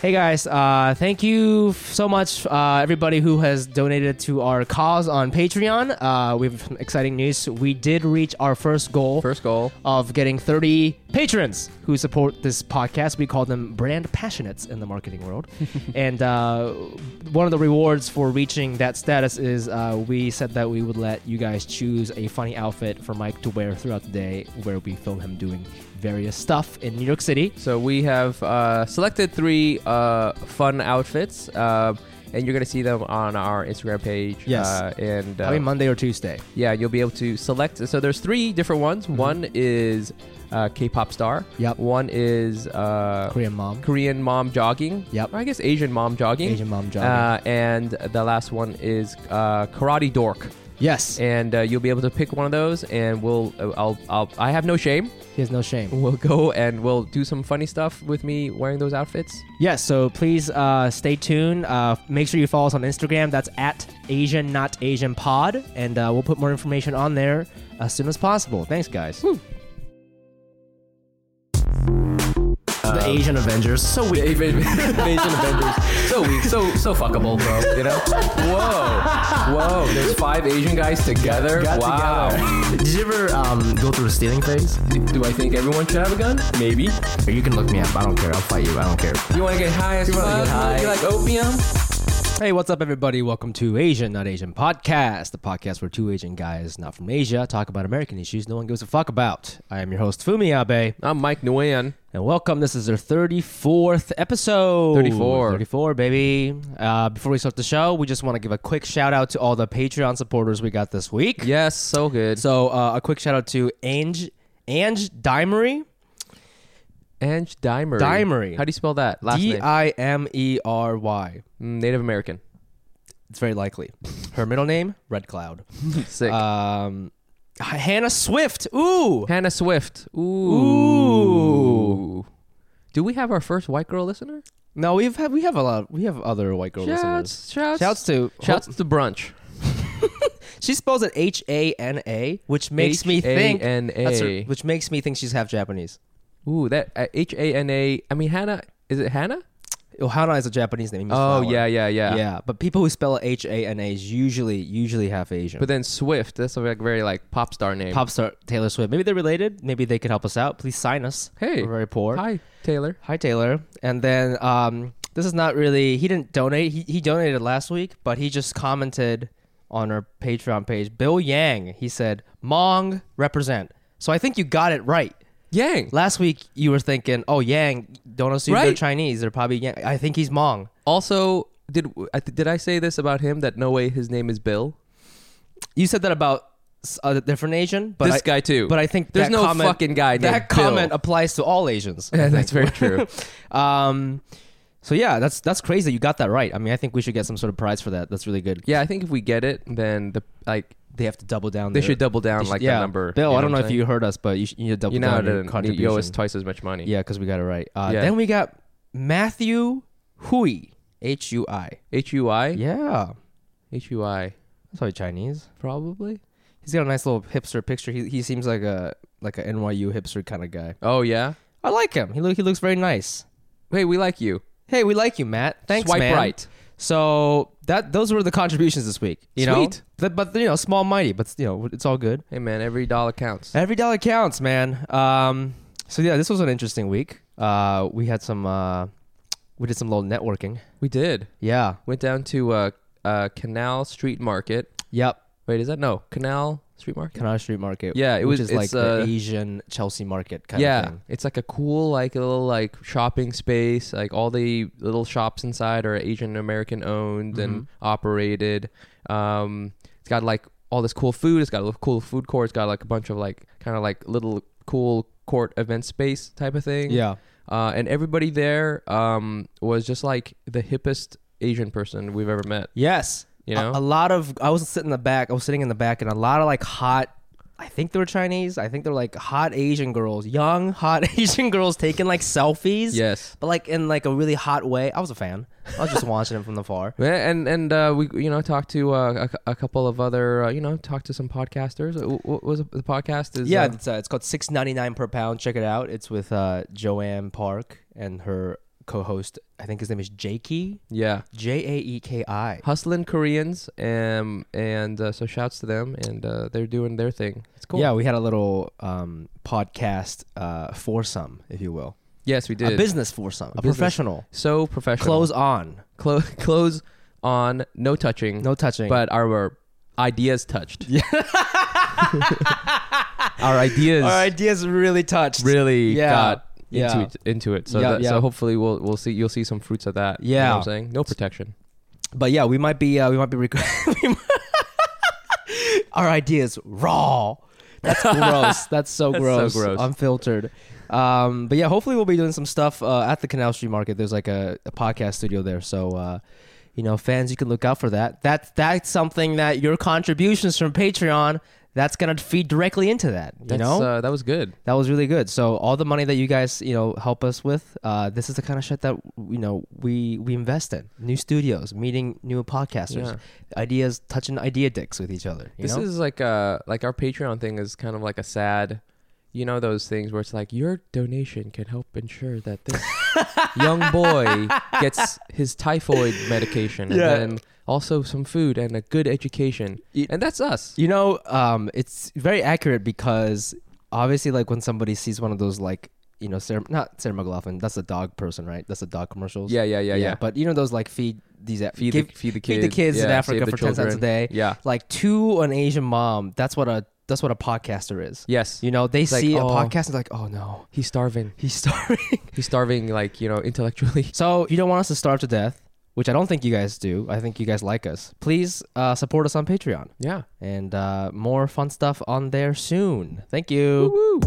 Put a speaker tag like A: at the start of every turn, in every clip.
A: Hey guys, uh, thank you f- so much, uh, everybody who has donated to our cause on Patreon. Uh, we have some exciting news. We did reach our first goal
B: First goal.
A: of getting 30 patrons who support this podcast. We call them brand passionates in the marketing world. and uh, one of the rewards for reaching that status is uh, we said that we would let you guys choose a funny outfit for Mike to wear throughout the day where we film him doing various stuff in New York City.
B: So we have uh, selected three uh, fun outfits, uh, and you're gonna see them on our Instagram page.
A: Yes.
B: Uh, and
A: Probably
B: uh,
A: Monday or Tuesday.
B: yeah, you'll be able to select. So there's three different ones. One is uh, K-pop star.
A: Mm-hmm. Yep.
B: One is uh,
A: Korean mom.
B: Korean mom jogging.
A: Yep.
B: Or I guess Asian mom jogging.
A: Asian mom jogging.
B: Uh, and the last one is uh, karate dork.
A: Yes.
B: And uh, you'll be able to pick one of those, and we'll uh, I'll, I'll I have no shame.
A: He has no shame.
B: We'll go and we'll do some funny stuff with me wearing those outfits.
A: Yes, so please uh, stay tuned. Uh, make sure you follow us on Instagram. That's at Asian Not Asian Pod. And uh, we'll put more information on there as soon as possible. Thanks, guys. the Asian Avengers. So
B: weak. Asian Avengers. So weak. So so fuckable, bro. You know? Whoa. Whoa. There's five Asian guys together.
C: Did you ever um, go through a stealing phase?
B: Do I think everyone should have a gun? Maybe.
C: You can look me up. I don't care. I'll fight you. I don't care.
B: You want to get high as
C: wanna
B: fuck?
C: get high.
B: You like opium?
A: Hey, what's up, everybody? Welcome to Asian Not Asian Podcast, the podcast where two Asian guys not from Asia talk about American issues no one gives a fuck about. I am your host, Fumi Abe.
B: I'm Mike Nguyen.
A: And welcome. This is their 34th episode.
B: 34.
A: 34, baby. Uh, before we start the show, we just want to give a quick shout out to all the Patreon supporters we got this week.
B: Yes, so good.
A: So, uh, a quick shout out to Ange, Ange Dimery.
B: Ange Dimery.
A: Dimery.
B: How do you spell that? Last
A: D
B: name.
A: I M E R Y.
B: Mm, Native American.
A: It's very likely. Her middle name, Red Cloud.
B: Sick.
A: Um, Hannah Swift. Ooh.
B: Hannah Swift. Ooh. Do we have our first white girl listener?
A: No, we've had, we have a lot. We have other white girl listeners.
B: shouts,
A: Shouts to
B: shouts to brunch.
A: She spells it H A N A, which makes me think
B: H-A-N-A.
A: that's her- which makes me think she's half Japanese.
B: Ooh, that uh, H A N A. I mean, Hannah. Is it Hannah?
A: Ohana is a Japanese name. it means
B: Oh
A: flower.
B: yeah, yeah, yeah,
A: yeah. But people who spell H A N A is usually usually half Asian.
B: But then Swift. That's a like, very like pop star name.
A: pop star Taylor Swift. Maybe they're related. Maybe they could help us out. Please sign us.
B: Hey.
A: we're very poor.
B: Hi, Taylor.
A: Hi, Taylor. And then um, this is not really. He didn't donate. He he donated last week, but he just commented on our Patreon page. Bill Yang. He said, "Mong represent." So I think you got it right.
B: Yang.
A: Last week you were thinking, "Oh, Yang, don't assume they're
B: Right.
A: Um, Uh,
B: Oh,
A: Eh. Um, Uh, uh, co-host.
B: uh, Um, Uh, um, uh, Uh,
A: I think his name is Jakey.
B: Yeah.
A: J A E K I.
B: Hustling Koreans, um, and uh, so shouts to them, and uh, they're doing their thing. It's cool.
A: Yeah, we had a little um, podcast uh, foursome, if you will.
B: Yes, we
A: A
B: did.
A: business foursome, a
B: business.
A: professional.
B: so professional.
A: Close on,
B: Clo- close on. No touching.
A: no touching.
B: But our, our ideas touched. Yeah. our ideas
A: our ideas really touched.
B: really
A: Yeah.
B: got
A: Yeah.
B: into it, into it. So
A: Yeah,
B: that,
A: yeah.
B: so hopefully we'll we'll see you'll see some fruits of that. You know
A: Yeah.
B: what I'm saying no protection.
A: But yeah, we might be uh, we might be rec- we might- our ideas raw. That's gross. That's so
B: That's so
A: gross.
B: gross.
A: Unfiltered. Um, but yeah, hopefully we'll be doing some stuff uh, at the Canal Street Market. There's like a, a podcast studio there, so uh, you know, fans, you can look out for that. That that's something that your contributions from Patreon that's gonna feed directly into that. You
B: That's,
A: know,
B: uh, that was good.
A: that was really good. So all the money that you guys, you know, help us with, uh, this is the kind of shit that you know we we invest in. New studios, meeting new podcasters, ideas, touching idea dicks with each other. You
B: This
A: know?
B: is like a like our Patreon thing is kind of like a sad, you know those things where it's like your donation can help ensure that this young boy gets his typhoid medication
A: Yeah.
B: and then also some food and a good education.
A: It-
B: and that's us.
A: you know, um, it's very accurate because obviously, like when somebody sees one of those, like you know, Sarah, not Sarah McLaughlin, that's a dog person, right? That's the dog commercials.
B: Yeah, yeah, yeah, yeah.
A: But you know those like feed these
B: feed
A: give-
B: the feed the
A: feed
B: kids.
A: the kids in
B: yeah,
A: Africa
B: save the
A: for ten cents a
B: children.
A: day.
B: Yeah.
A: Like to an Asian mom, that's what a that's what a podcaster is.
B: Yes.
A: You know, they
B: like,
A: see
B: oh.
A: a podcast and like, oh no,
B: He's starving.
A: he's starving.
B: He's starving like, you know, intellectually.
A: so if you don't want us to starve to death, which I don't think you guys do. I think you guys like us. Please uh, support us on Patreon
B: Yeah.
A: and uh, more fun stuff on there soon. Thank you.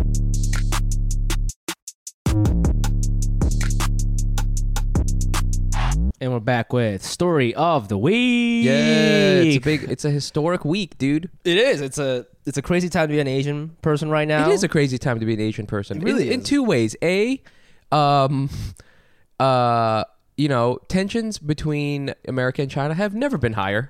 A: And we're back with story of the week.
B: Yeah. It's a big it's a historic week, dude.
A: it is. It's a it's a crazy time to be an Asian person right now.
B: It is a crazy time to be an Asian person.
A: It really
B: in, in
A: is.
B: two ways. A, um, uh, you know, tensions between America and China have never been higher.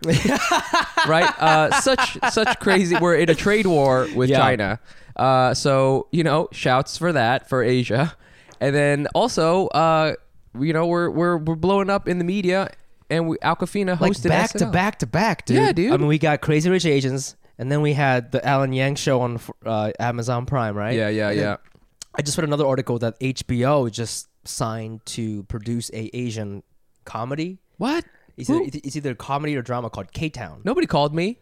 B: right? Uh, such such crazy. We're in a trade war with
A: Yeah.
B: China. Uh, so you know, shouts for that for Asia, and then also, uh, you know, we're we're we're blowing up in the media, and we, Aquafina
A: like
B: hosted
A: back to
B: SNL.
A: back to back, dude.
B: Yeah, dude.
A: I mean, we got Crazy Rich Asians, and then we had the Alan Yang show on uh, Amazon Prime, right?
B: Yeah, yeah,
A: And then
B: yeah.
A: I just read another article that HBO just signed to produce a Asian comedy.
B: What?
A: It's
B: Who-
A: either, it's either a comedy or drama called K Town.
B: Nobody called me,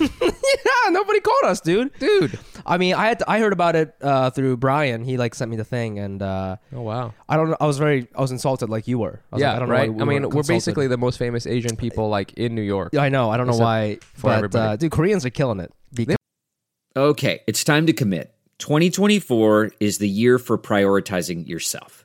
A: yeah, nobody called us, dude.
B: dude.
A: I mean, I had I heard about it uh, through Brian. He like sent me the thing, and uh,
B: Oh wow.
A: I don't know. I was very I was insulted, like you were. I was
B: yeah,
A: like, I don't
B: right.
A: Know why we
B: I mean,
A: weren't
B: we're
A: consulted.
B: basically the most famous Asian people like in New York.
A: I know. I don't know
B: Except
A: why,
B: for
A: but
B: everybody.
A: uh, dude, Koreans are killing it. Because
D: Okay, it's time to commit. 2024 is the year for prioritizing yourself.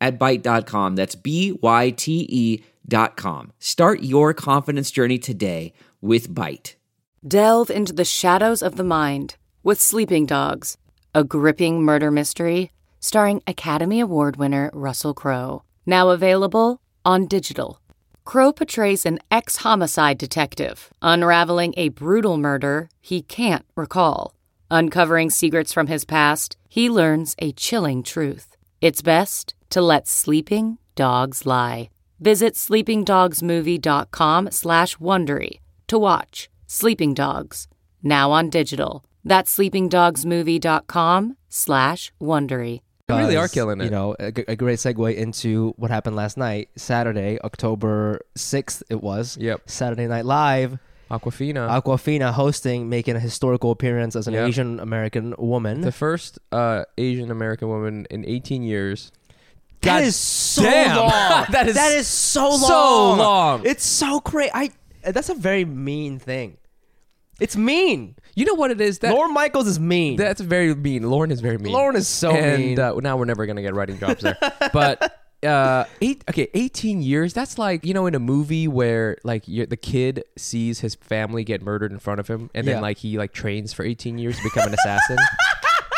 D: at Byte.com. That's B-Y-T-E E dot com. Start your confidence journey today with Byte.
E: Delve into the shadows of the mind with Sleeping Dogs, a gripping murder mystery starring Academy Award winner Russell Crowe. Now available on digital. Crowe portrays an ex homicide detective unraveling a brutal murder he can't recall. Uncovering secrets from his past, he learns a chilling truth. It's best to let sleeping dogs lie. Visit sleepingdogsmovie.com slash Wondery to watch Sleeping Dogs, now on digital. That's sleepingdogsmovie.com slash Wondery.
B: They really are killing it.
A: You know, a, g- a great segue into what happened last night, Saturday, October sixth. It was.
B: Yep.
A: Saturday Night Live.
B: Aquafina,
A: Aquafina hosting, making a historical appearance as an
B: Yeah.
A: Asian American woman.
B: the first uh, Asian American woman in 18 years.
A: that
B: God
A: is so
B: damn.
A: long.
B: That is
A: that is so long.
B: so long.
A: It's so great. I. That's a very mean thing. It's mean.
B: You know what it is that
A: Lauren Michaels is mean.
B: that's very mean. Lauren is very mean.
A: Lauren is so
B: and
A: mean.
B: uh, now we're never gonna get writing jobs there. but uh, eight okay, eighteen years. That's like you know in a movie where like you the kid sees his family get murdered in front of him, and
A: Yeah.
B: then like he like trains for eighteen years to become an assassin.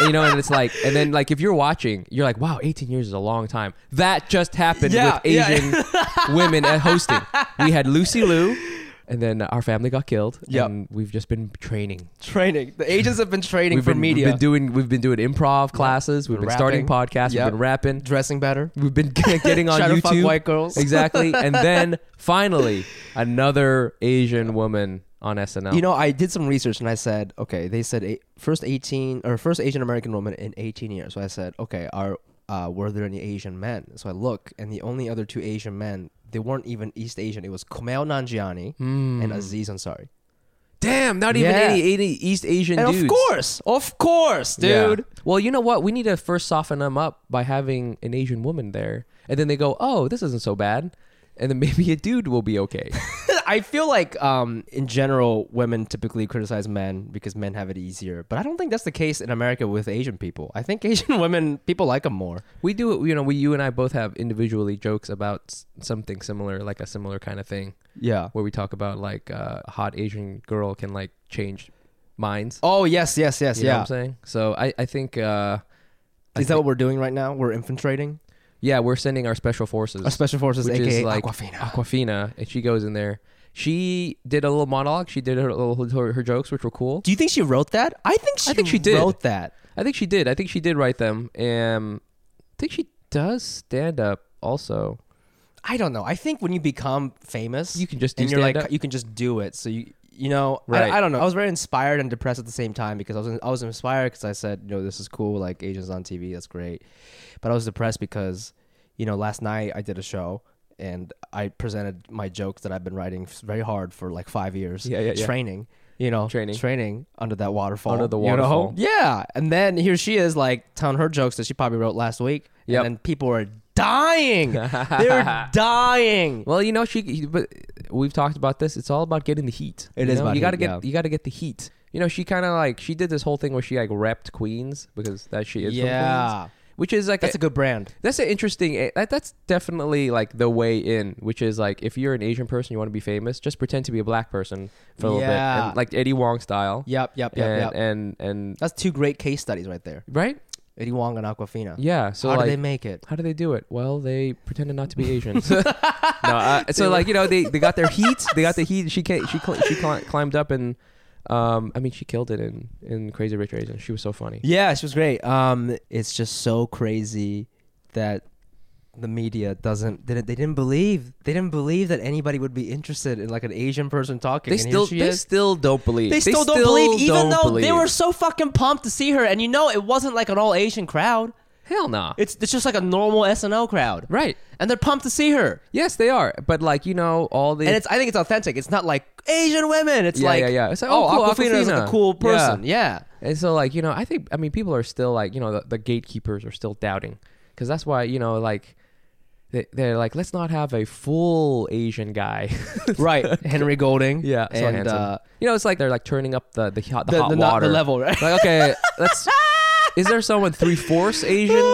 B: And, you know, and it's like, and then like if you're watching, you're like, wow, eighteen years is a long time. That just happened
A: Yeah,
B: with
A: yeah.
B: Asian women at hosting. We had Lucy Liu. And then our family got killed.
A: Yep.
B: and we've just been training
A: training. The agents have been training
B: we've
A: for
B: been,
A: media.
B: We've been doing we've been doing improv classes. We've been starting
A: Rapping.
B: podcasts.
A: Yep.
B: We've been rapping.
A: dressing better.
B: We've been getting on
A: Trying to
B: YouTube.
A: fuck white girls.
B: exactly. And then finally, another Asian woman on SNL.
A: You know, I did some research and I said, okay, they said eight, first 18 or first Asian American woman in 18 years. So I said, okay, are uh, were there any Asian men? So I look, and the only other two Asian men, they weren't even East Asian. It was Kumail Nanjiani
B: Hmm.
A: and Aziz Ansari.
B: damn, not even
A: Yeah.
B: any, any East Asian
A: And
B: dudes.
A: of course, of course, dude.
B: Yeah. Well, you know what? We need to first soften them up by having an Asian woman there, and then they go, "Oh, this isn't so bad," and then maybe a dude will be okay.
A: I feel like um, in general, women typically criticize men because men have it easier. But I don't think that's the case in America with Asian people. I think Asian women people like them more.
B: We do it, you know. We, you and I both have individually jokes about s- something similar, like a similar kind of thing,
A: Yeah.
B: where we talk about like uh, a hot Asian girl can like change minds.
A: Oh yes, yes, yes,
B: you know
A: yeah.
B: what I'm saying. So I, I think, uh,
A: Is that what we're doing right now? We're infiltrating
B: yeah, we're sending our special forces,
A: our special forces,
B: which
A: aka
B: is like
A: Aquafina.
B: Aquafina, and she goes in there. She did a little monologue. She did her little her, her jokes, which were cool.
A: Do you think she wrote that? I think she,
B: think she did.
A: wrote that.
B: I think she did. I think she did write them. Um, I think she does stand up also.
A: I don't know. I think when you become famous,
B: You can just do
A: and you're like
B: stand-up.
A: you can just do it. So you you know,
B: Right.
A: I, I don't know. I was very inspired and depressed at the same time because I was I was inspired because I said, you know, this is cool. Like Asians on TV, that's great. But I was depressed because you know, last night I did a show and I presented my jokes that I've been writing very hard for like five years.
B: Yeah, yeah, yeah.
A: Training. You know,
B: Training.
A: training under that waterfall.
B: Under the
A: you know?
B: waterfall.
A: Yeah, and then here she is, like telling her jokes that she probably wrote last week, and
B: Yep.
A: then people are dying. They're dying.
B: Well, you know, she. But we've talked about this. It's all about getting the heat.
A: It
B: you
A: is
B: know?
A: about
B: you gotta
A: heat,
B: get
A: yeah.
B: you gotta get the heat. You know, she kind of like she did this whole thing where she like repped Queens because that she is. from
A: Yeah.
B: Queens, which is like
A: That's a good brand.
B: That's an interesting. eh, That, that's definitely like the way in, which is like if you're an Asian person, you want to be famous, just pretend to be a black person for a little bit,
A: Yeah.
B: and, like Eddie Wong style.
A: Yep, yep, yep,
B: and,
A: yep.
B: And and
A: That's two great case studies right there.
B: right,
A: Eddie Wong and Aquafina.
B: yeah. So
A: How
B: like,
A: do they make it?
B: How do they do it? Well, they pretended not to be Asian. no, uh, so like you know, they, they got their heat. They got the heat. She ca- she cl- she cli- climbed up and, um, I mean, she killed it in in Crazy Rich Asians. She was so funny.
A: Yeah, she was great. Um, it's just so crazy that the media doesn't they didn't, they didn't believe they didn't believe that anybody would be interested in like an Asian person talking.
B: They
A: and here
B: still
A: she
B: they
A: is.
B: still don't believe.
A: they still don't believe, even
B: don't
A: though they
B: believe.
A: were so fucking pumped to see her. And you know, it wasn't like an all Asian crowd.
B: hell nah.
A: It's it's just like a normal SNL crowd,
B: Right.
A: And they're pumped to see her.
B: Yes, they are. But like you know, all the
A: And it's I think it's authentic. It's not like Asian women. It's
B: Yeah,
A: like
B: yeah, yeah. It's like, oh, cool,
A: Aquafina is like
B: Awkwafina.
A: a cool
B: Yeah.
A: person. Yeah.
B: And so, like, you know, I think, I mean, people are still like, you know, the, the gatekeepers are still doubting. Because that's why, you know, like, they, they're like, let's not have a full Asian guy.
A: right. Henry Golding.
B: yeah. So
A: and
B: handsome.
A: uh,
B: you know, it's like they're like turning up the, the hot, the
A: the,
B: hot
A: the, not
B: water.
A: the level, right?
B: Like, okay, let's. Is there someone three fourths Asian?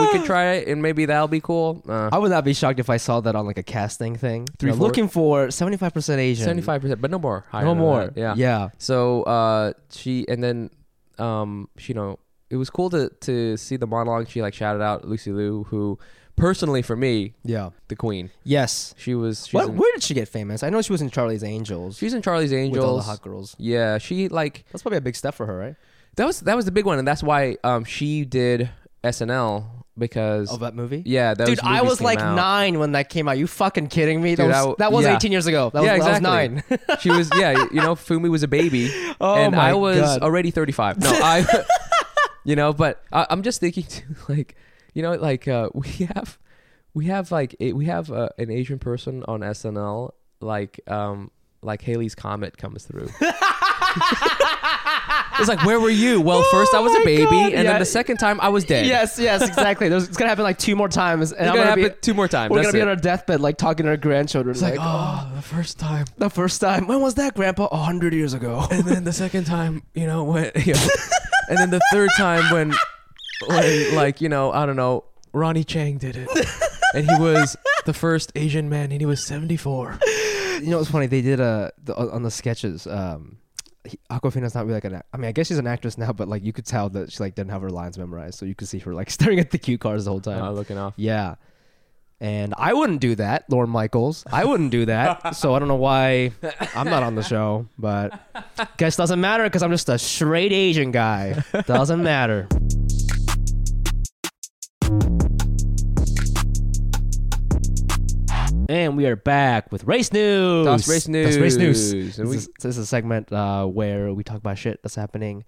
B: we could try it and maybe that'll be cool. Uh,
A: I would not be shocked if I saw that on like a casting thing. Three,
B: four-
A: looking for seventy five percent Asian.
B: 75%, but no more. higher
A: No
B: than
A: more.
B: that. Yeah.
A: Yeah.
B: So uh, she and then um, she, you know, it was cool to to see the monologue. She like shouted out Lucy Liu, who personally for me,
A: Yeah.
B: the queen.
A: Yes.
B: She was she's
A: What,
B: in,
A: where did she get famous? I know she was in Charlie's Angels
B: she's in Charlie's
A: with all the
B: Angels.
A: hot girls.
B: Yeah, she like
A: That's probably a big step for her, right?
B: that was that was the big one, and that's why um she did SNL because
A: Of that movie.
B: yeah, those
A: Dude, I
B: movies
A: was
B: came
A: like
B: out.
A: nine when that came out. You fucking kidding me? That
B: Dude,
A: was,
B: I w-
A: that was
B: yeah.
A: 18 years ago. That was, that
B: yeah,
A: was
B: exactly.
A: nine.
B: she was yeah, you know, Fumi was a baby,
A: Oh
B: and
A: my
B: I was
A: God.
B: already thirty five. No, I, you know, but I, I'm just thinking too, like, you know, like uh, we have, we have like a, we have uh, an Asian person on SNL, like um, like Haley's comet comes through. it's like where were you? Well, first I was
A: Oh my
B: a baby,
A: God,
B: and
A: yeah.
B: then the second time I was dead.
A: yes, yes, exactly. There's, it's gonna happen like two more times, and
B: it's
A: I'm
B: gonna
A: gonna
B: happen
A: be,
B: two more times.
A: we're
B: That's
A: gonna be
B: it.
A: on our deathbed, like talking to our grandchildren.
B: It's like oh, the first time.
A: the first time. When was that, Grandpa? A hundred years ago.
B: and then the second time, you know, when, you know, and then the third time when, when, like, you know, I don't know, Ronnie Chang did it. and he was the first Asian man, and he was 74.
A: You know what's funny? They did a the, on on the sketches. Um, he- Aquafina's not really like an. act- I mean, I guess she's an actress now, but like you could tell that she like didn't have her lines memorized, so you could see her like staring at the cue cards the whole time.
B: Uh, looking off.
A: Yeah. And I wouldn't do that, Lauren Michaels. I wouldn't do that. so I don't know why I'm not on the show, but guess doesn't matter because I'm just a straight Asian guy. Doesn't matter. And we are back with race news.
B: Das Race
A: Das race news.
B: News. And
A: this, is, this is a segment uh, where we talk about shit that's happening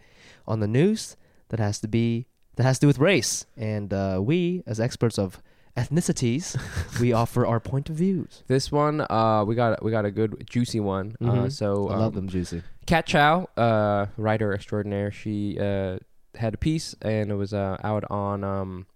A: on the news that has to be that has to do with race. And uh, we, as experts of ethnicities, we offer our point of views.
B: This one, uh, we got we got a good juicy one. Uh,
A: Mhm.
B: so
A: I
B: um,
A: love them juicy.
B: Kat Chow, uh, writer extraordinaire, she uh, had a piece and it was uh, out on um,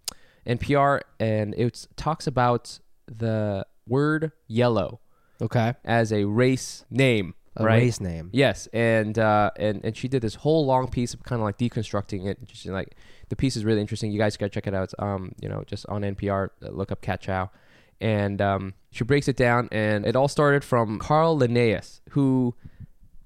B: NPR, and it talks about the word yellow
A: Okay.
B: as a race name,
A: A
B: right?
A: race name.
B: Yes, and uh, and and she did this whole long piece of kind of like deconstructing it. She's like, the piece is really interesting. You guys gotta check it out. It's, um, you know, just on NPR. uh, Look up Cat Chow, and um, she breaks it down. And it all started from Carl Linnaeus, who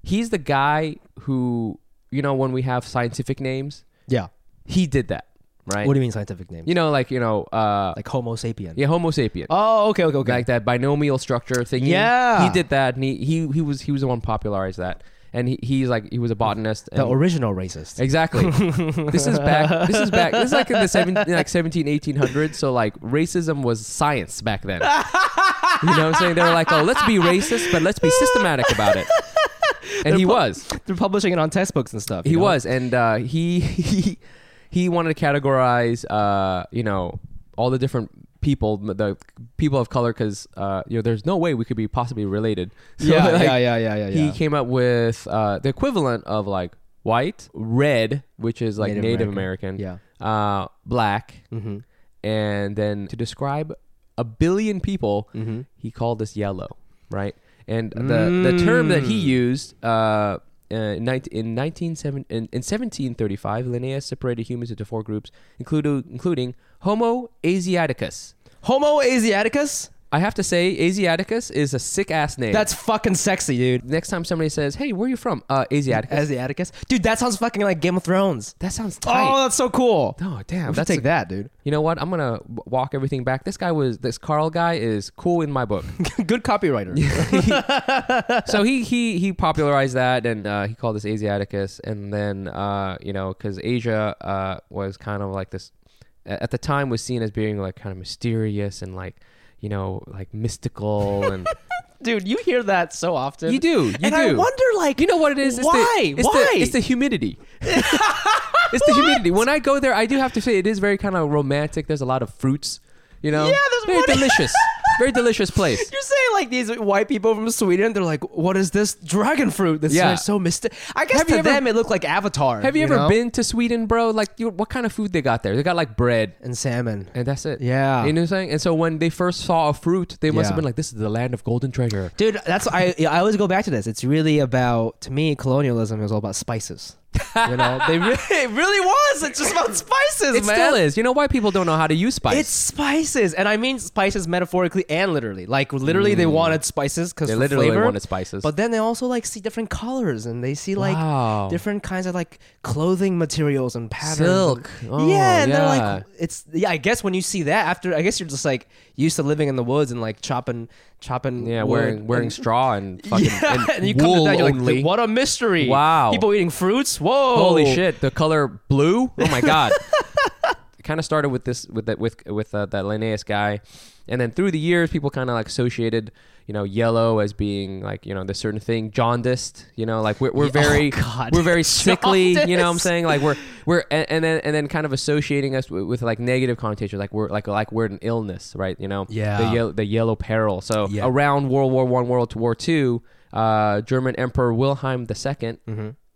B: he's the guy who you know when we have scientific names,
A: Yeah.
B: he did that, right?
A: What do you mean scientific name?
B: you know, like you know, uh,
A: Like Homo sapien.
B: yeah, Homo sapien
A: Oh, okay, okay, okay.
B: like that binomial structure thing.
A: Yeah.
B: he did that, and he he, he was he was the one who popularized that, and he, he's like he was a botanist. And
A: the original racist.
B: exactly. this is back. This is back. This is like in the 17, like 17, 1800s. So like racism was science back then. you know what I'm saying? They were like, oh, let's be racist, but let's be systematic about it. And he was.
A: They're publishing it on textbooks and stuff. you
B: He
A: know?
B: was, and uh, he he he wanted to categorize, uh, you know, all the different people, the people of color, because uh, you know, there's no way we could be possibly related. So,
A: Yeah,
B: like,
A: yeah, yeah, yeah, yeah,
B: He
A: yeah.
B: came up with uh, the equivalent of like white, red, which is like
A: Native
B: Native,
A: American. Mm-hmm.
B: American, uh, black, and then to describe a billion people,
A: Mm-hmm.
B: he called this yellow, right? And the, the term that he
A: Mm.
B: used uh, uh, in, 19, in, 19, seven- in, in 1735, Linnaeus separated humans into four groups, including, including Homo asiaticus.
A: Homo asiaticus?
B: I have to say, asiaticus is a sick ass name.
A: That's fucking sexy, dude.
B: next time somebody says, "Hey, where are you from?" Uh, asiaticus.
A: Asiaticus? Dude, that sounds fucking like Game of Thrones.
B: that sounds tight.
A: Oh, that's so cool.
B: Oh, damn,
A: We should
B: that's
A: take
B: a-
A: that, dude.
B: You know what? I'm gonna w- walk everything back. This guy was this Carl guy is cool in my book.
A: Good copywriter.
B: so he he he popularized that, and uh, he called this Asiaticus, and then uh, you know because Asia uh, was kind of like this a- at the time was seen as being like kind of mysterious and like you know like mystical and
A: Dude, you hear that so often.
B: you do you
A: and
B: do
A: I wonder, like,
B: you know what it is It's the-
A: Why?
B: it's
A: why?
B: the, it's the humidity. it's the humidity. When I go there, I do have to say it is very kind of romantic. There's a lot of fruits, you know.
A: Yeah, there's
B: very
A: one-
B: delicious, very delicious place.
A: You're saying like these white people from Sweden, they're like, "What is this dragon fruit?" That's
B: Yeah.
A: so mystic. I guess
B: Have
A: to
B: you ever-
A: them it looked like Avatar.
B: Have you, ever
A: know?
B: been to Sweden, bro? Like, you, what kind of food they got there? They got like bread,
A: and salmon?
B: and that's it.
A: Yeah.
B: you know what I'm saying. And so when they first saw a fruit, they must
A: Yeah.
B: have been like, "This is the land of golden treasure."
A: Dude, that's I. I always go back to this. It's really about to me colonialism is all about spices. You know, they really, it really was. It's just about spices,
B: It
A: man.
B: still is. You know why people don't know how to use spice?
A: It's spices, and I mean spices metaphorically and literally. Like literally, they wanted spices because
B: Mm. They literally
A: flavor,
B: wanted spices.
A: But then they also like see different colors, and they see like
B: Wow.
A: different kinds of like clothing materials and patterns. and-
B: Silk. Oh,
A: yeah, and they're
B: yeah.
A: like, it's yeah. I guess when you see that after, I guess you're just like used to living in the woods and like chopping, chopping.
B: yeah,
A: wood
B: wearing
A: and-
B: wearing straw and fucking
A: Yeah,
B: and,
A: and you come to
B: wool
A: that, you're
B: only.
A: like, what a mystery!
B: Wow.
A: people eating fruits. Whoa,
B: Holy shit! The color blue. Oh my god. it kind of started with this with that with with uh, that Linnaeus guy, and then through the years, people kind of like associated you know yellow as being like you know this certain thing jaundiced. You know, like we're, we're very
A: Oh, God.
B: we're very sickly. You know what I'm
A: Jaundiced.
B: saying? Like we're we're and, and then and then kind of associating us with, with like negative connotations. Like we're like like we're an illness, right? You know?
A: Yeah.
B: The yellow the yellow peril. So around World War One, World War Two, uh, German Emperor Wilhelm II.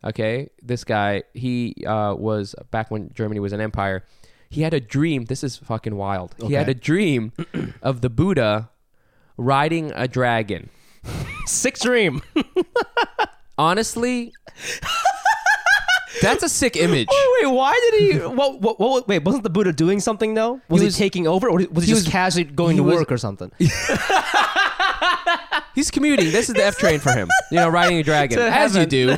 B: Okay, this guy he uh, was back when Germany was an empire. He had a dream. This is fucking wild. He had a dream of the Buddha riding a dragon.
A: Sick dream.
B: Honestly, That's a sick image.
A: Wait, why did he? What, what, what, wait, wasn't the Buddha doing something though? Was he,
B: was-
A: taking over, or was he just
B: was-
A: casually going
B: he
A: to
B: was-
A: work or something?
B: He's commuting. This is the F train for him. You know, riding a dragon
A: To
B: as you
A: heaven.
B: do.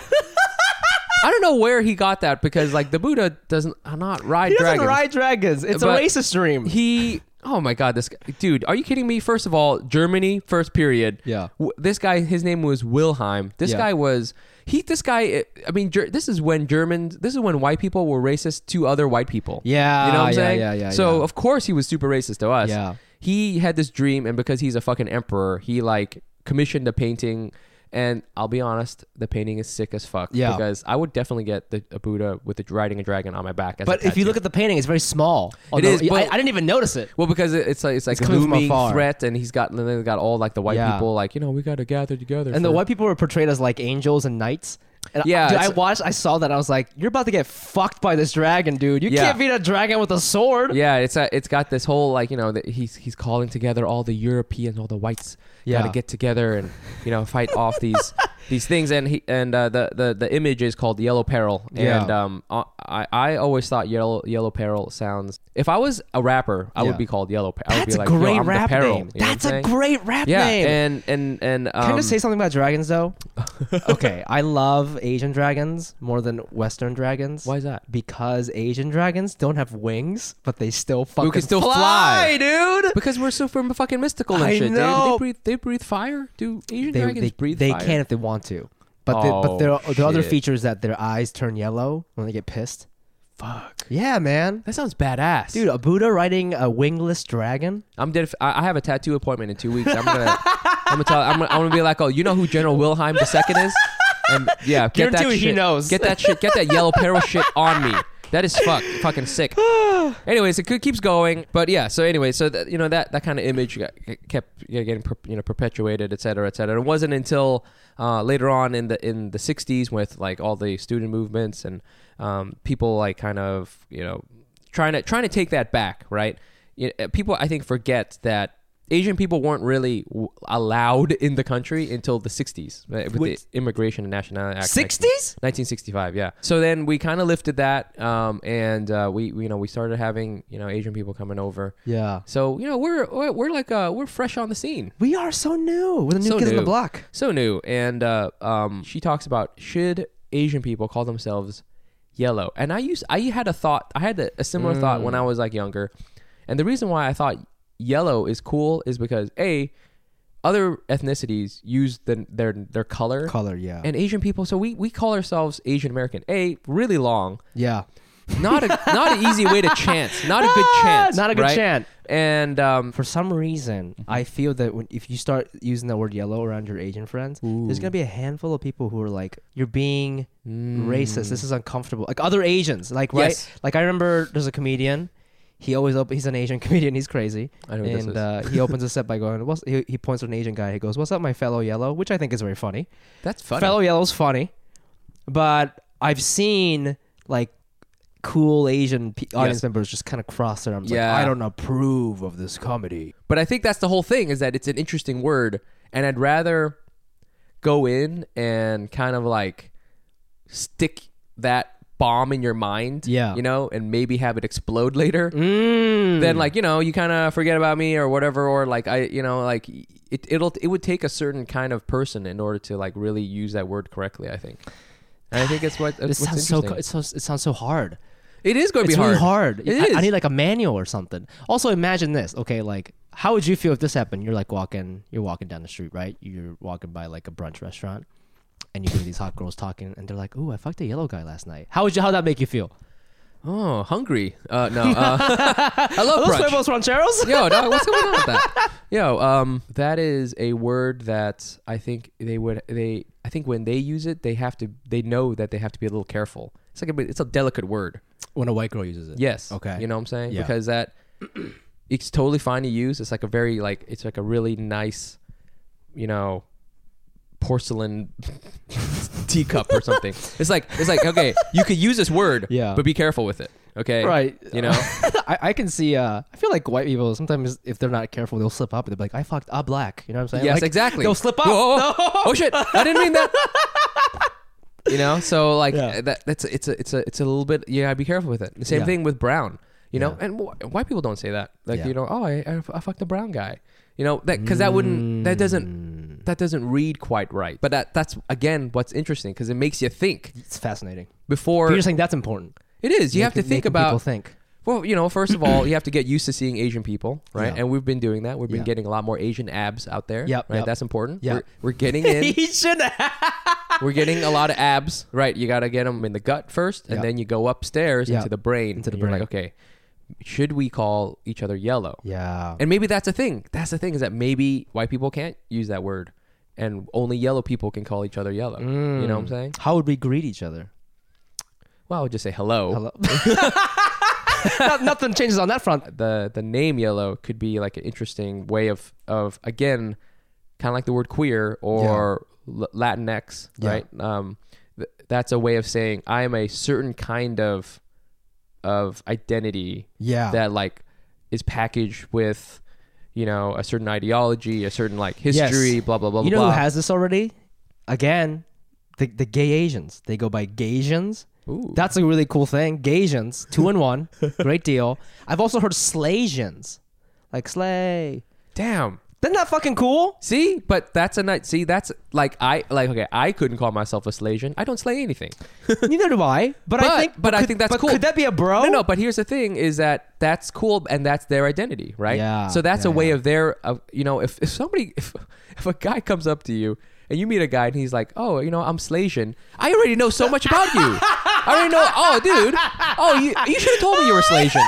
B: I don't know where he got that because like the Buddha doesn't uh, not ride
A: He doesn't
B: dragons.
A: ride dragons. It's
B: But
A: a racist dream.
B: He oh my god, this guy, dude, are you kidding me? First of all, Germany, first period.
A: Yeah.
B: W- this guy, his name was Wilhelm. This
A: Yeah.
B: guy was he. This guy, eh, I mean, Ger- this is when Germans, this is when white people were racist to other white people.
A: Yeah,
B: you know what I'm
A: yeah,
B: saying.
A: yeah, yeah,
B: So
A: yeah.
B: of course he was super racist to us.
A: Yeah.
B: He had this dream, and because he's a fucking emperor, he like commissioned a painting. And I'll be honest, the painting is sick as fuck.
A: Yeah.
B: Because I would definitely get the a Buddha with the, riding a dragon on my back. As a
A: but if you
B: tattoo.
A: look at the painting, it's very small.
B: It is,
A: Although, I,
B: but-
A: I didn't even notice it.
B: Well, because it- it's like it's like
A: It's
B: a
A: coming from
B: looming
A: afar.
B: threat, and he's got and then they got all like the white
A: Yeah.
B: people like you know we got to gather together.
A: And the
B: for-"
A: white people were portrayed as like angels and knights. And I-
B: Yeah,
A: dude, I
B: it's-
A: watched, I saw that, I was like, "You're about to get fucked by this dragon, dude. You
B: Yeah.
A: can't beat a dragon with a sword."
B: yeah, it's a, it's got this whole like you know that he's he's calling together all the Europeans, all the whites, got
A: Yeah.
B: to get together and you know fight off these these things. And he and uh, the the the image is called Yellow Peril,
A: Yeah.
B: and um I I always thought Yellow Yellow Peril sounds. If I was a rapper, I
A: Yeah.
B: would be called Yellow Peril. I would
A: That's
B: be
A: a
B: like, "Yo,
A: great
B: I'm the
A: rap
B: Peril,"
A: name.
B: you know what I'm
A: That's a
B: saying?
A: great rap
B: yeah,
A: name.
B: and and and um,
A: Can I just say something about dragons though? okay, I love Asian dragons more than Western dragons.
B: Why is that?
A: Because Asian dragons don't have wings, but they still fucking
B: still
A: fly,
B: fly.
A: dude.
B: Because we're so fucking fucking mystical and
A: I
B: shit. dude.
A: know.
B: They breathe. They breathe fire. Do Asian
A: They
B: dragons
A: they,
B: breathe
A: they
B: fire?
A: can if they want to, but the, but
B: Oh,
A: there are, there are other
B: shit.
A: features that their eyes turn yellow when they get pissed.
B: Fuck.
A: Yeah, man.
B: That sounds badass,
A: Dude, a Buddha riding a wingless dragon?
B: I'm dead. If, I, I have a tattoo appointment in two weeks. I'm gonna. I'm gonna tell. I'm gonna, I'm gonna be like, oh, you know who General Wilhelm II is? And yeah, get that
A: Guarantee
B: shit.
A: he knows.
B: Get that shit. Get that yellow peril shit on me. That is fuck, fucking sick. anyways, it could- keeps going, but yeah. So anyway, so that, you know that that kind of image got, kept you know, getting per, you know perpetuated, et cetera, et cetera. It wasn't until uh, later on in the in the '60s with like all the student movements and um, people like kind of you know trying to trying to take that back, right? You know, people, I think, forget that. Asian people weren't really w- allowed in the country until the 60s right, with
A: Which-
B: the Immigration and Nationality Act.
A: 60s?
B: 1965 yeah so then we kind of lifted that um, and uh, we, we you know we started having you know asian people coming over
A: Yeah.
B: so you know we're we're, we're like uh, we're fresh on the scene
A: We are so new. We're the new
B: so
A: kids
B: new
A: on the block.
B: so new and uh, um, she talks about should asian people call themselves yellow and i used i had a thought i had a, a similar thought when i
A: Mm.
B: was like younger and the reason why i thought yellow is cool is because a other ethnicities use the, their their color
A: Color, yeah.
B: and Asian people. So we, we call ourselves Asian American. A really long,
A: yeah.
B: not a not an easy way to chance, not a good chance,
A: Ah, Not a good
B: right?
A: chant.
B: And um,
A: For some reason,
B: Mm-hmm.
A: I feel that when, if you start using the word yellow around your Asian friends, there's gonna be a handful of people who are like, "You're being racist. This is uncomfortable." Like other Asians, like right,
B: Mm. Yes.
A: like I remember there's a comedian. He always op- he's an Asian comedian. He's crazy,
B: I know who
A: and
B: this is.
A: Uh, he opens a set by going, "What's?" He, he points to an Asian guy. He goes, "What's up, my fellow yellow?" Which I think is very funny.
B: that's funny.
A: Fellow Yellow's funny, but I've seen like cool Asian pe audience
B: Yes.
A: members just kind of cross their arms.
B: Yeah.
A: Like, I don't approve of this comedy.
B: But I think that's the whole thing is that it's an interesting word, and I'd rather go in and kind of like stick that bomb in your mind,
A: Yeah.
B: you know, and maybe have it explode later.
A: Mm.
B: Then like you know you kind of forget about me or whatever, or like I you know like it it'll it would take a certain kind of person in order to like really use that word correctly. I think. And I think it's what
A: It
B: it's
A: sounds so, co- it sounds it sounds so hard.
B: it is going to
A: it's
B: be
A: really
B: hard.
A: hard.
B: It
A: I-
B: is.
A: I, need like a manual or something. Also, imagine this. Okay, like how would you feel if this happened? You're like walking, you're walking down the street, right? You're walking by like a brunch restaurant, and you hear these hot girls talking, and they're like, "Ooh, I fucked a yellow guy last night." How would you? How would that make you feel?
B: oh, hungry. Uh, no, uh, I love brunch.
A: rancheros.
B: Yo, dog, what's going on with that? Yo, um, that is a word that I think they would they I think when they use it, they have to they know that they have to be a little careful. It's like a, bit- it's a delicate word.
A: When a white girl uses it.
B: Yes.
A: Okay.
B: You know what I'm saying?
A: Yeah.
B: Because that it's totally fine to use. It's like a very like it's like a really nice, you know, porcelain teacup or something. It's like it's like okay, you could use this word,
A: Yeah.
B: but be careful with it. Okay.
A: Right.
B: You know.
A: I, I can see. Uh, I feel like white people sometimes, if they're not careful, they'll slip up and they'll be like, "I fucked a black." You know what I'm saying?
B: Yes,
A: Like,
B: exactly.
A: They'll slip up.
B: Whoa, whoa, whoa. Oh shit! I didn't mean that. you know so like
A: Yeah.
B: that, that's it's a it's a it's a little bit you gotta be careful with it the same
A: Yeah.
B: thing with brown you know and wh- white people don't say that like
A: Yeah.
B: you know oh I, I, I fucked a brown guy you know that because that wouldn't that doesn't
A: Mm.
B: that doesn't read quite right but that that's again what's interesting because it makes you think
A: It's fascinating.
B: before
A: But you're saying that's important.
B: it is you have to
A: Making-
B: think
A: making People
B: about
A: think.
B: well, you know, first of all, you have to get used to seeing Asian people, right?
A: Yeah.
B: And we've been doing that. We've been
A: Yeah.
B: getting a lot more Asian abs out there.
A: Yep,
B: right.
A: yep.
B: That's important.
A: Yeah.
B: we're, we're getting in.
A: should have.
B: we're getting a lot of abs, right? You got to get them in the gut first, and
A: Yep.
B: then you go upstairs
A: Yep.
B: into the brain.
A: Into the
B: and you're
A: brain.
B: Like, okay, should we call each other yellow?
A: Yeah.
B: And maybe that's a thing. That's the thing is that maybe white people can't use that word, and only yellow people can call each other yellow. You
A: Mm.
B: know what I'm saying?
A: How would we greet each other?
B: Well, I would just say hello.
A: Hello. Not- nothing changes on that front.
B: the the name yellow could be like an interesting way of of again kind of like the word queer or L- latinx right um th- that's a way of saying i am a certain kind of of identity
A: Yeah.
B: that like is packaged with you know a certain ideology a certain like history blah blah blah
A: You know
B: blah
A: who
B: blah.
A: has this already? Again, the, the gay Asians. They go by Gaysians. That's a really cool thing. Gaysians, two in one, great deal. I've also heard Slasians, like Slay.
B: damn
A: Isn't that fucking cool?
B: See, but that's a night. See, that's like I like. Okay, I couldn't call myself a Slasian. I don't slay anything.
A: Neither do I. But, I
B: But-
A: think,
B: but I
A: could-
B: think that's
A: but
B: cool.
A: Could that be a bro?
B: No, no. But here's the thing: is that that's cool, and that's their identity, right?
A: Yeah,
B: So that's
A: yeah,
B: a way
A: yeah.
B: of their, of, you know, if, if somebody, if if a guy comes up to you and you meet a guy and he's like, oh, you know, I'm Slasian. I already know so much about you. I already know. Oh, dude. Oh, you you should have told me you were Slasian.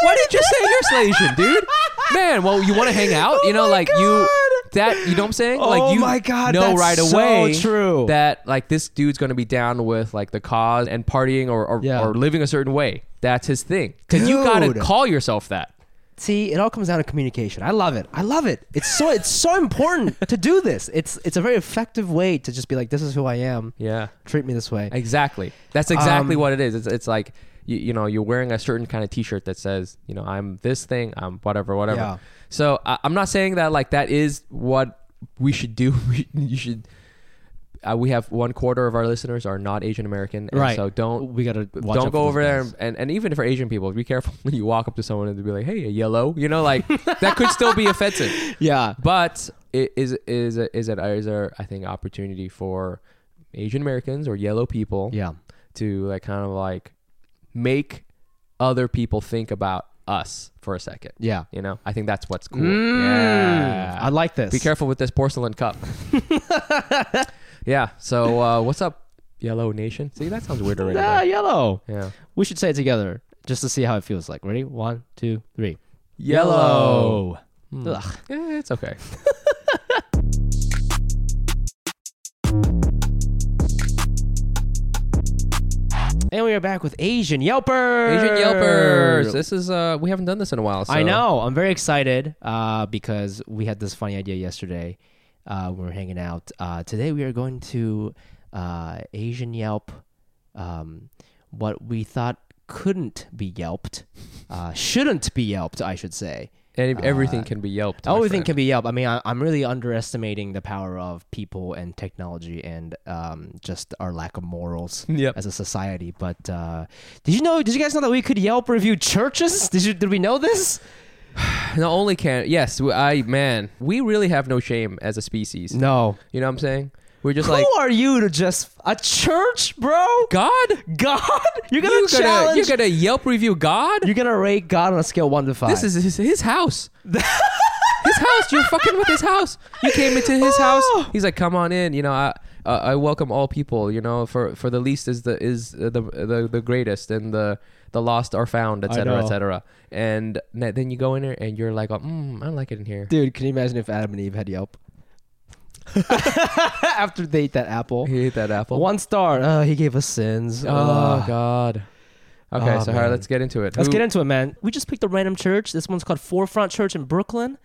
A: Why did you say
B: Why didn't you say you're Slasian, dude? Man, well, you want to hang out, you know,
A: Oh my
B: like you
A: God.
B: that you know what I'm saying?
A: Oh
B: like you
A: my God,
B: know
A: that's
B: right
A: so
B: away
A: true.
B: that like this dude's gonna be down with like the cause and partying or or,
A: Yeah.
B: or living a certain way. That's his thing. Because you gotta
A: Dude.
B: call yourself that.
A: See, it all comes down to communication. I love it. I love it. It's so it's so important to do this. It's it's a very effective way to just be like, this is who I am.
B: Yeah.
A: Treat me this way.
B: Exactly. That's exactly
A: Um,
B: what it is. It's, it's like you, you know you're wearing a certain kind of T-shirt that says you know I'm this thing. I'm whatever, whatever.
A: Yeah.
B: So I, I'm not saying that like that is what we should do. We, you should. Uh, we have one quarter of our listeners are not Asian American, and
A: Right.
B: So don't
A: We gotta watch out
B: don't
A: for
B: go
A: those
B: over there
A: guys.
B: and, and and even for Asian people, be careful when you walk up to someone and they be like, "Hey, a yellow," you know, like that could still be offensive
A: Yeah.
B: but it is is a, is it is there I think opportunity for Asian Americans or yellow people
A: Yeah.
B: to like kind of like make other people think about us for a second.
A: Yeah.
B: You know, I think that's what's cool.
A: Mm,
B: yeah.
A: I like this.
B: Be careful with this porcelain cup. yeah. So uh, what's up, Yellow Nation? See, that sounds weird already.
A: Ah,
B: but-
A: yellow.
B: Yeah.
A: We should say it together just to see how it feels like. Ready? One, two, three. Ugh.
B: Yeah, it's okay.
A: And we are back with Asian Yelpers.
B: Asian Yelpers. This is uh, we haven't done this in a while. So.
A: I know. I'm very excited uh, because we had this funny idea yesterday. Uh, we were hanging out. Uh, today we are going to uh, Asian Yelp. Um, what we thought couldn't be Yelped, uh, shouldn't be Yelped, I should say.
B: And everything can be yelped. my
A: Everything
B: friend.
A: can be Yelp. Uh, I mean, I, I'm really underestimating the power of people and technology and um, just our lack of morals
B: Yep.
A: as a society. But uh, did you know? Did you guys know that we could Yelp review churches? Did you? Did we know this?
B: Not only can yes, we- I man, we really have no shame as a species.
A: No.
B: You know what I'm saying? We're just like
A: Who are you to just a church, bro?
B: God.
A: God, you're gonna
B: You gonna
A: challenge.
B: you gonna Yelp review God?
A: you're gonna rate God on a scale of one to five.
B: this is his, his house. his house. You're fucking with his house. You came into his
A: Oh.
B: house. He's like, come on in. You know, I uh, I welcome all people. You know, for for the least is the is the the, the greatest, and the the lost are found, etc.
A: know.
B: etc. And na- then you go in there, and you're like, oh, mm, I don't like it in here.
A: dude. Can you imagine if Adam and Eve had Yelp after they ate that apple?
B: He ate that apple.
A: One star. Uh, he gave us sins.
B: Oh
A: Ugh.
B: God. Okay,
A: Oh,
B: so all right,
A: man.
B: let's get into it.
A: Let's
B: Who-
A: get into it, man. We just picked a random church. This one's called Forefront Church in Brooklyn,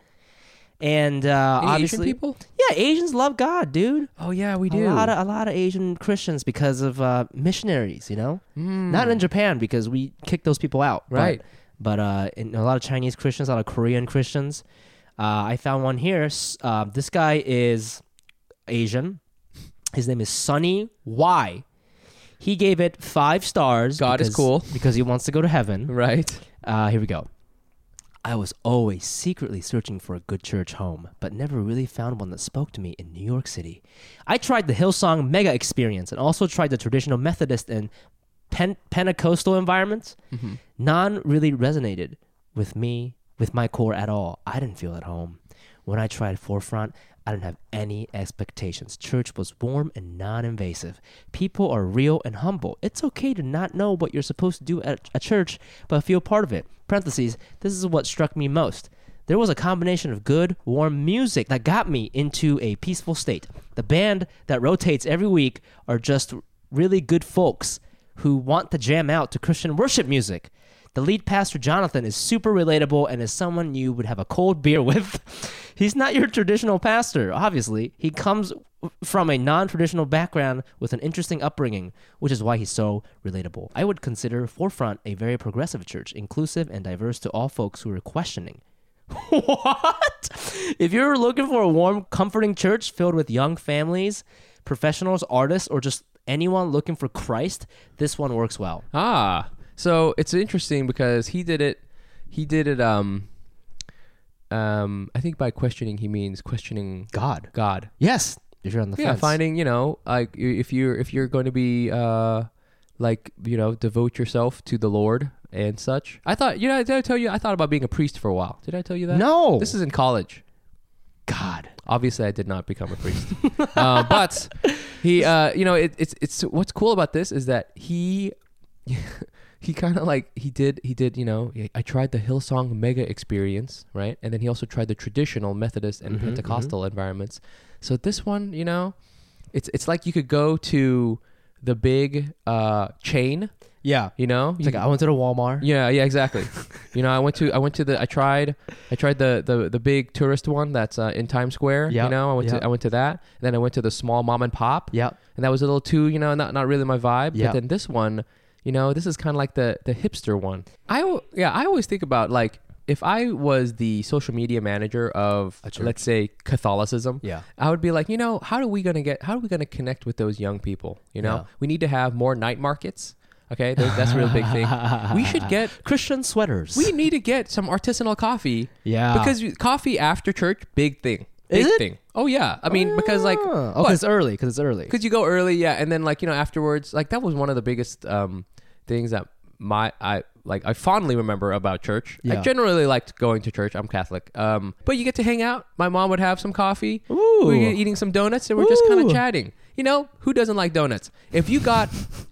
A: and uh,
B: Any Asian
A: obviously,
B: people?
A: Yeah, Asians love God, dude.
B: Oh yeah, we
A: A
B: do.
A: lot of a lot of Asian Christians because of uh, missionaries, you know. Not in Japan because we kicked those people out, but-
B: Hmm. Right.
A: But, uh, in a lot of Chinese Christians, a lot of Korean Christians. Uh, I found one here. S- Uh, this guy is Asian. His name is Sonny Y. He gave it five stars.
B: God is
A: because-
B: cool.
A: because he wants to go to heaven.
B: Right.
A: Uh, here we go. I was always secretly searching for a good church home, but never really found one that spoke to me in New York City. I tried the Hillsong Mega Experience and also tried the traditional Methodist and Pen- Pentecostal environments. None really resonated with me, with my core at all. I didn't feel at home. When I tried Forefront, I didn't have any expectations. Church was warm and non invasive. People are real and humble. It's okay to not know what you're supposed to do at a church, but feel part of it. Parentheses, this is what struck me most. There was a combination of good, warm music that got me into a peaceful state. The band that rotates every week are just really good folks who want to jam out to Christian worship music. The lead pastor, Jonathan, is super relatable and is someone you would have a cold beer with. He's not your traditional pastor, obviously. He comes from a non traditional background with an interesting upbringing, which is why he's so relatable. I would consider Forefront a very progressive church, inclusive and diverse to all folks who are questioning. What? If you're looking for a warm, comforting church filled with young families, professionals, artists, or just anyone looking for Christ, this one works well.
B: Ah, so it's interesting because he did it. He did it. Um, um, I think by questioning he means questioning
A: God.
B: God.
A: Yes. If you're on the
B: Yeah,
A: fence.
B: finding you know like i- if you're if you're going to be uh like you know devote yourself to the Lord and such. I thought you know did I tell you I thought about being a priest for a while. Did I tell you that?
A: No.
B: This is in college.
A: God.
B: Obviously, I did not become a priest, uh, but he, uh, you know, it, it's it's what's cool about this is that he, he kind of like he did he did you know I tried the Hillsong Mega Experience right, and then he also tried the traditional Methodist
A: Mm-hmm,
B: and Pentecostal environments. So this one, you know, it's it's like you could go to the big uh, chain,
A: Yeah.
B: you know,
A: It's
B: You
A: like I went to the Walmart.
B: yeah, yeah, exactly. you know, I went to I went to the I tried I tried the the, the big tourist one that's uh, in Times Square.
A: Yeah,
B: You know, I went
A: yeah.
B: to I went to that. then I went to the small mom and pop.
A: Yeah.
B: And that was a little too, you know, not not really my vibe.
A: Yeah.
B: But then this one, you know, this is kind of like the the hipster one. I al- yeah, I always think about like if I was the social media manager of
A: church.
B: let's say Catholicism,
A: Yeah.
B: I would be like, you know, how are we gonna get? How are we gonna connect with those young people? You know,
A: Yeah.
B: we need to have more night markets. Okay, Th- that's a real big thing. We should get.
A: Christian sweaters.
B: We need to get some artisanal coffee.
A: Yeah.
B: because you- coffee after church, big thing. Big
A: Is it?
B: thing. Oh yeah. I mean, because like,
A: oh,
B: what?
A: because it's early. Because it's early.
B: Because you go early, yeah, and then like you know afterwards, like that was one of the biggest um, things that my I like I fondly remember about church.
A: Yeah.
B: I generally liked going to church. I'm Catholic, um, but you get to hang out. My mom would have some coffee.
A: Ooh.
B: We were eating some donuts, and we're just kind
A: Ooh.
B: of chatting. You know, who doesn't like donuts? If you got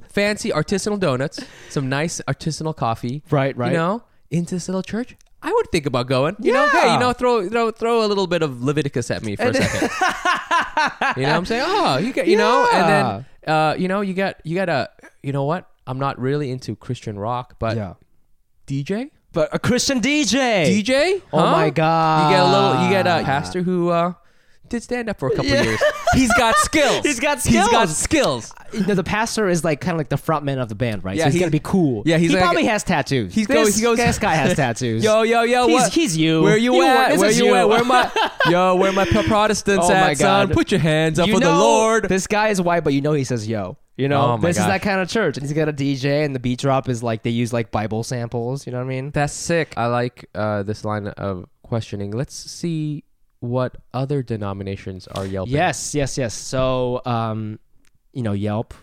B: fancy artisanal donuts, some nice artisanal coffee,
A: Right, right.
B: You know, into this little church. I would think about going. You know, hey,
A: Yeah.
B: you know, throw, you know, throw a little bit of Leviticus at me for a second. You know what I'm saying? Oh, you got you know, and then uh, you know, you got you got a you know what? I'm not really into Christian rock, but
A: yeah.
B: DJ?
A: But a Christian DJ.
B: DJ?
A: Oh
B: Huh?
A: my God.
B: You get a little you get a pastor who uh did stand up for a couple years. He's got skills.
A: He's got
B: He's got
A: skills.
B: skills.
A: You know, the pastor is like kind of like the front man of the band, right?
B: Yeah,
A: so he's
B: he-
A: gonna be cool.
B: yeah, he's
A: he
B: like-
A: probably has tattoos.
B: He's
A: this,
B: go- he goes-
A: This guy has tattoos.
B: Yo, yo, yo,
A: He's-
B: what?
A: he's you.
B: Where you,
A: You are-
B: at?
A: this
B: Where
A: is
B: you,
A: you.
B: at? Where my yo, where my Protestants
A: Oh
B: at,
A: my
B: son?
A: God.
B: Put your hands up
A: you
B: for
A: know,
B: the Lord.
A: This guy is white, but you know he says yo. You know,
B: Oh my
A: this is
B: gosh.
A: that kind of church, and he's got a DJ, and the beat drop is like they use like Bible samples. You know what I mean?
B: That's sick. I like uh, this line of questioning. Let's see what other denominations are yelping.
A: Yes, yes, yes. So, um, you know, Yelp.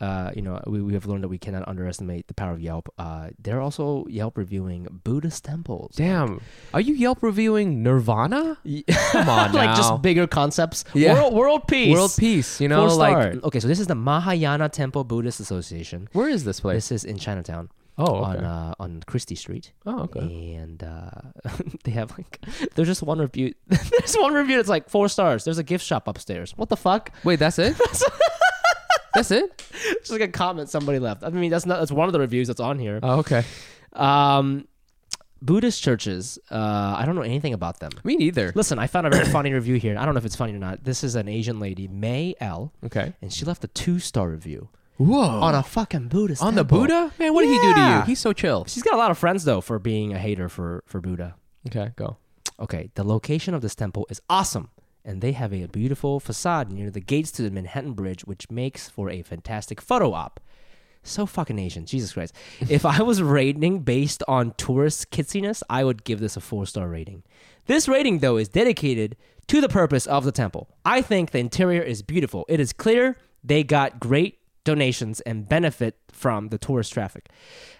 A: Uh, you know, we, we have learned that we cannot underestimate the power of Yelp. Uh, they're also Yelp reviewing Buddhist temples.
B: Damn. Are you Yelp reviewing Nirvana? Come on
A: like
B: now.
A: just bigger concepts.
B: Yeah.
A: World, world peace.
B: World peace, you know,
A: Four
B: like
A: star. okay, so this is the Mahayana Temple Buddhist Association.
B: where is this place?
A: This is in Chinatown.
B: Oh,
A: on
B: okay.
A: uh, on Christie Street.
B: Oh, okay.
A: And uh, they have like there's just one review. there's one review that's like four stars. There's a gift shop upstairs. What the fuck?
B: Wait, that's it. that's it.
A: It's just like a comment somebody left. I mean, that's not that's one of the reviews that's on here.
B: Oh, okay.
A: Um, Buddhist churches. Uh, I don't know anything about them.
B: Me neither.
A: Listen, I found a very funny review here. I don't know if it's funny or not. This is an Asian lady, May L.
B: Okay.
A: and she left a two star review
B: Whoa.
A: on a fucking Buddhist.
B: On the
A: temple.
B: Buddha? Man, what did he do to you?
A: Yeah.
B: He's so chill.
A: She's got a lot of friends though for being a hater for for Buddha.
B: Okay, go.
A: Okay, the location of this temple is awesome. and they have a beautiful facade near the gates to the Manhattan Bridge, which makes for a fantastic photo op. So fucking Asian, Jesus Christ. if I was rating based on tourist kitsiness, I would give this a four star rating. This rating, though, is dedicated to the purpose of the temple. I think the interior is beautiful. It is clear they got great donations and benefit from the tourist traffic.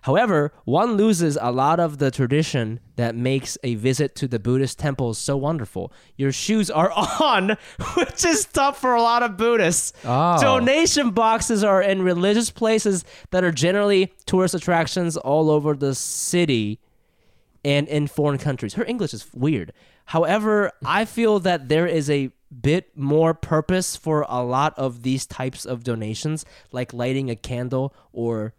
A: However, one loses a lot of the tradition that makes a visit to the Buddhist temples so wonderful. Your shoes are on, which is tough for a lot of Buddhists.
B: Oh.
A: Donation boxes are in religious places that are generally tourist attractions all over the city and in foreign countries. Her English is weird. However, I feel that there is a bit more purpose for a lot of these types of donations, like lighting a candle or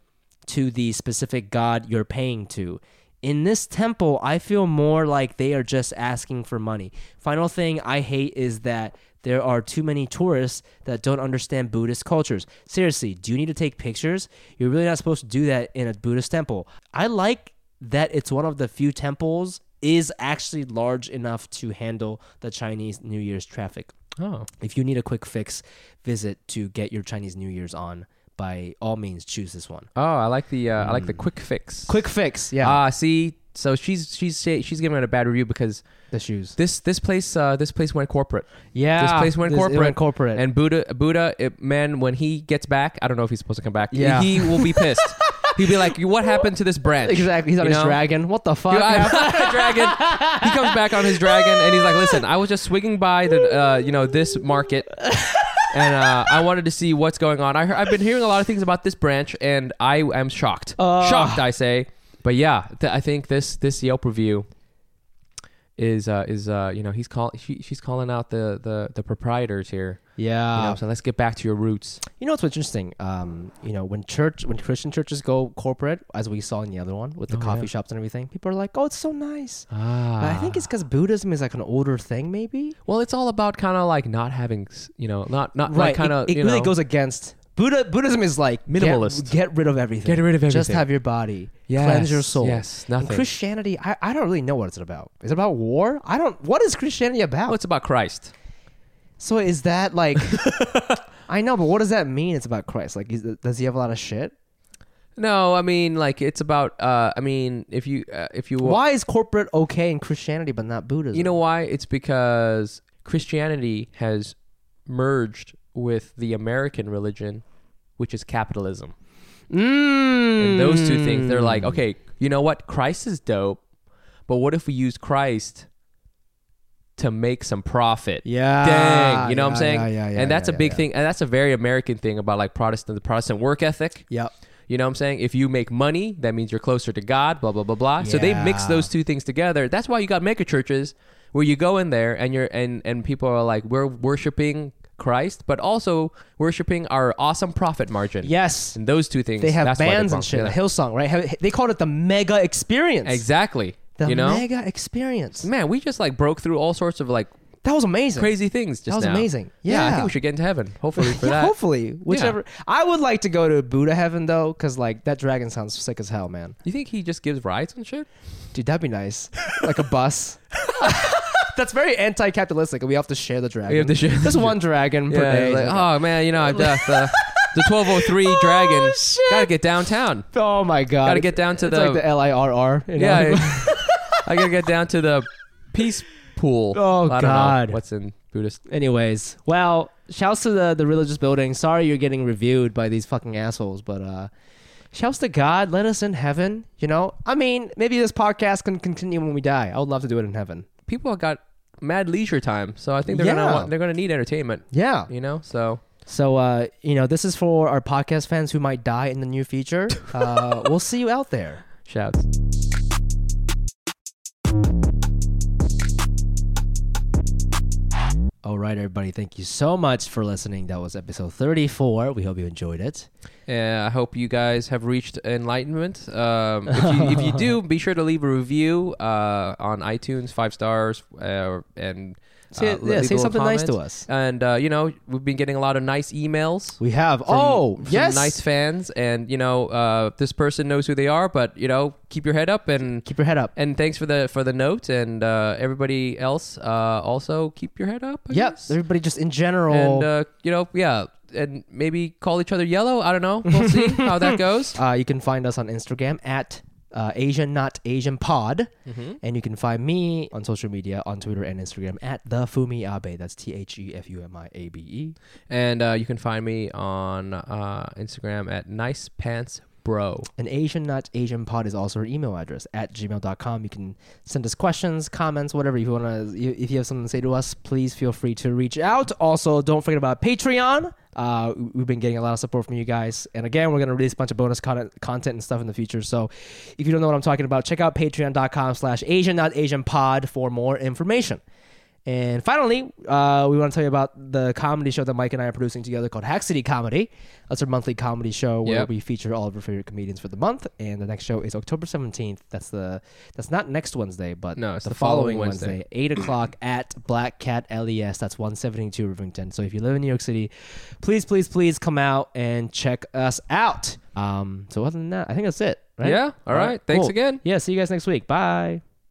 A: to the specific god you're paying to. In this temple, I feel more like they are just asking for money. Final thing I hate is that there are too many tourists that don't understand Buddhist cultures. Seriously, do you need to take pictures? You're really not supposed to do that in a Buddhist temple. I like that it's one of the few temples is actually large enough to handle the Chinese New Year's traffic.
B: Oh.
A: If you need a quick fix visit to get your Chinese New Year's on, by all means choose this one.
B: Oh, I like the uh, I like the quick fix.
A: Mm. Quick fix, yeah.
B: Ah, see, so she's she's she's giving it a bad review because
A: the shoes.
B: this this place uh, this place went corporate.
A: Yeah,
B: this place went
A: this- it
B: corporate.
A: went corporate.
B: And Buddha Buddha it, man, when he gets back, I don't know if he's supposed to come back.
A: Yeah.
B: he will be pissed. He'd be like, "What happened to this branch?"
A: Exactly. He's on
B: You
A: his
B: know?
A: dragon. What the fuck?
B: Dude, I have a dragon. He comes back on his dragon and he's like, "Listen, I was just swinging by the uh, you know this market, and uh, I wanted to see what's going on. I heard, I've been hearing a lot of things about this branch, and I am shocked.
A: Uh.
B: shocked, I say. But yeah, th- I think this this Yelp review is uh, is uh, you know he's call she, she's calling out the the the proprietors here.
A: yeah.
B: You know, so let's get back to your roots.
A: You know what's interesting? Um, you know, when church, when Christian churches go corporate, as we saw in the other one with the coffee shops and everything, people are like, "Oh, it's so nice." But I think it's because Buddhism is like an older thing, maybe.
B: Well, it's all about kind of like not having s- you know not not
A: Right?
B: like kind of
A: it, it
B: you
A: really
B: know,
A: goes against Buddha. Buddhism is like get-
B: Minimalist.
A: Get, rid of everything.
B: Get rid of
A: Just
B: everything.
A: have your body.
B: Yes,
A: Cleanse your soul.
B: yes,
A: And
B: nothing.
A: Christianity, I, I don't really know what it's about. Is it about war? I don't. What is Christianity about?
B: Oh, it's about Christ.
A: so is that like? I know, but what does that mean? It's about Christ. Like, is, does he have a lot of shit?
B: No, I mean like it's about. Uh, I mean if you uh, if you
A: Why is corporate okay in Christianity but not Buddhism?
B: you know why it's because Christianity has merged with the American religion, which is capitalism.
A: mm.
B: And those two things, they're like okay, you know what? Christ is dope, but what if we use Christ? To make some profit,
A: Yeah.
B: dang, you know what I'm
A: Yeah,
B: saying,
A: yeah, yeah, yeah,
B: and that's
A: yeah,
B: a big
A: yeah.
B: thing, and that's a very American thing about like Protestant, the Protestant work ethic.
A: Yep.
B: You know what I'm saying? If you make money, that means you're closer to God, blah, blah, blah, blah. So they mix
A: Yeah.
B: those two things together. That's why you got mega churches where you go in there and you're and, and people are like, We're worshiping Christ, but also worshiping our awesome profit margin.
A: Yes.
B: And those two things
A: They have
B: that's why
A: bands
B: they
A: and
B: bump
A: shit.
B: together.
A: Like Hillsong, right? Have- They called it the Mega Experience.
B: Exactly.
A: The
B: you know?
A: Mega Experience.
B: Man, we just like broke through all sorts of like
A: That was amazing.
B: crazy things just
A: That was
B: now.
A: amazing.
B: I
A: Yeah.
B: think we should get into heaven. Hopefully for
A: Yeah,
B: that.
A: Hopefully, whichever. I would like to go to Buddha heaven though, because like that dragon sounds sick as hell, man.
B: You think he just gives rides and shit?
A: Dude, that'd be nice. like a bus. That's very anti-capitalistic. We have to share the dragon.
B: We have to share the
A: There's one dragon per day.
B: like,
A: Okay.
B: oh man, you know, I've got the, the 1203 Dragon.
A: Oh, shit.
B: Gotta get downtown.
A: Oh my god!
B: Gotta get down to
A: It's
B: the-
A: like the L I R R.
B: Yeah, I, I gotta get down to the peace pool.
A: Oh,
B: I don't know
A: God.
B: what's in Buddhist?
A: Anyways, well, shouts to the the religious building. Sorry you're getting reviewed by these fucking assholes, but uh, shouts to God. Let us in heaven. You know, I mean, maybe this podcast can continue when we die. I would love to do it in heaven.
B: People have got mad leisure time, so I think they're
A: Yeah.
B: gonna want, they're gonna need entertainment.
A: Yeah.
B: You know, so
A: So uh, you know, this is for our podcast fans who might die in the near future. Uh, we'll see you out there.
B: shouts.
A: All right, everybody. Thank you so much for listening. That was episode 34. We hope you enjoyed it.
B: Yeah, Uh, I hope you guys have reached enlightenment. Um, if, you, if you do, be sure to leave a review uh, on iTunes, five stars, uh, and Say,
A: Uh, yeah, say
B: legal
A: something nice to
B: comments.
A: us.
B: And uh, you know, we've been getting a lot of nice emails.
A: We have.
B: from-
A: oh,
B: from
A: yes.
B: nice fans, and you know, uh, this person knows who they are, but you know, keep your head up and
A: Keep your head up.
B: and thanks for the for the note, and uh, everybody else uh, also keep your head up. I
A: yep.
B: guess.
A: Everybody just in general.
B: and uh, you know, yeah, and maybe call each other yellow. I don't know. We'll see how that goes.
A: Uh, you can find us on Instagram at uh, Asian Not Asian Pod, and you can find me on social media on Twitter and Instagram at the Fumi Abe. That's T H E F U M I A B E.
B: And uh, you can find me on uh, Instagram at nice pants bro.
A: And Asian Not Asian Pod is also our email address at gmail.com. You can send us questions, comments, whatever. If you want to, if you have something to say to us, please feel free to reach out. Also, don't forget about Patreon. Uh, we've been getting a lot of support from you guys. And again, we're going to release a bunch of bonus content, content and stuff in the future. So if you don't know what I'm talking about, check out patreon.com slash Asian Not Asian Pod for more information. And finally, uh, we want to tell you about the comedy show that Mike and I are producing together called Hack City Comedy. That's our monthly comedy show where
B: Yep.
A: we feature all of our favorite comedians for the month. And the next show is October seventeenth. That's the that's not next Wednesday, but
B: No, it's the following Wednesday.
A: eight o'clock at Black Cat LES. That's one seventy two Rivington. So if you live in New York City, please, please, please come out and check us out. Um, so other than that, I think that's it. Right?
B: Yeah. All right. Thanks again.
A: Yeah. See you guys next week. Bye.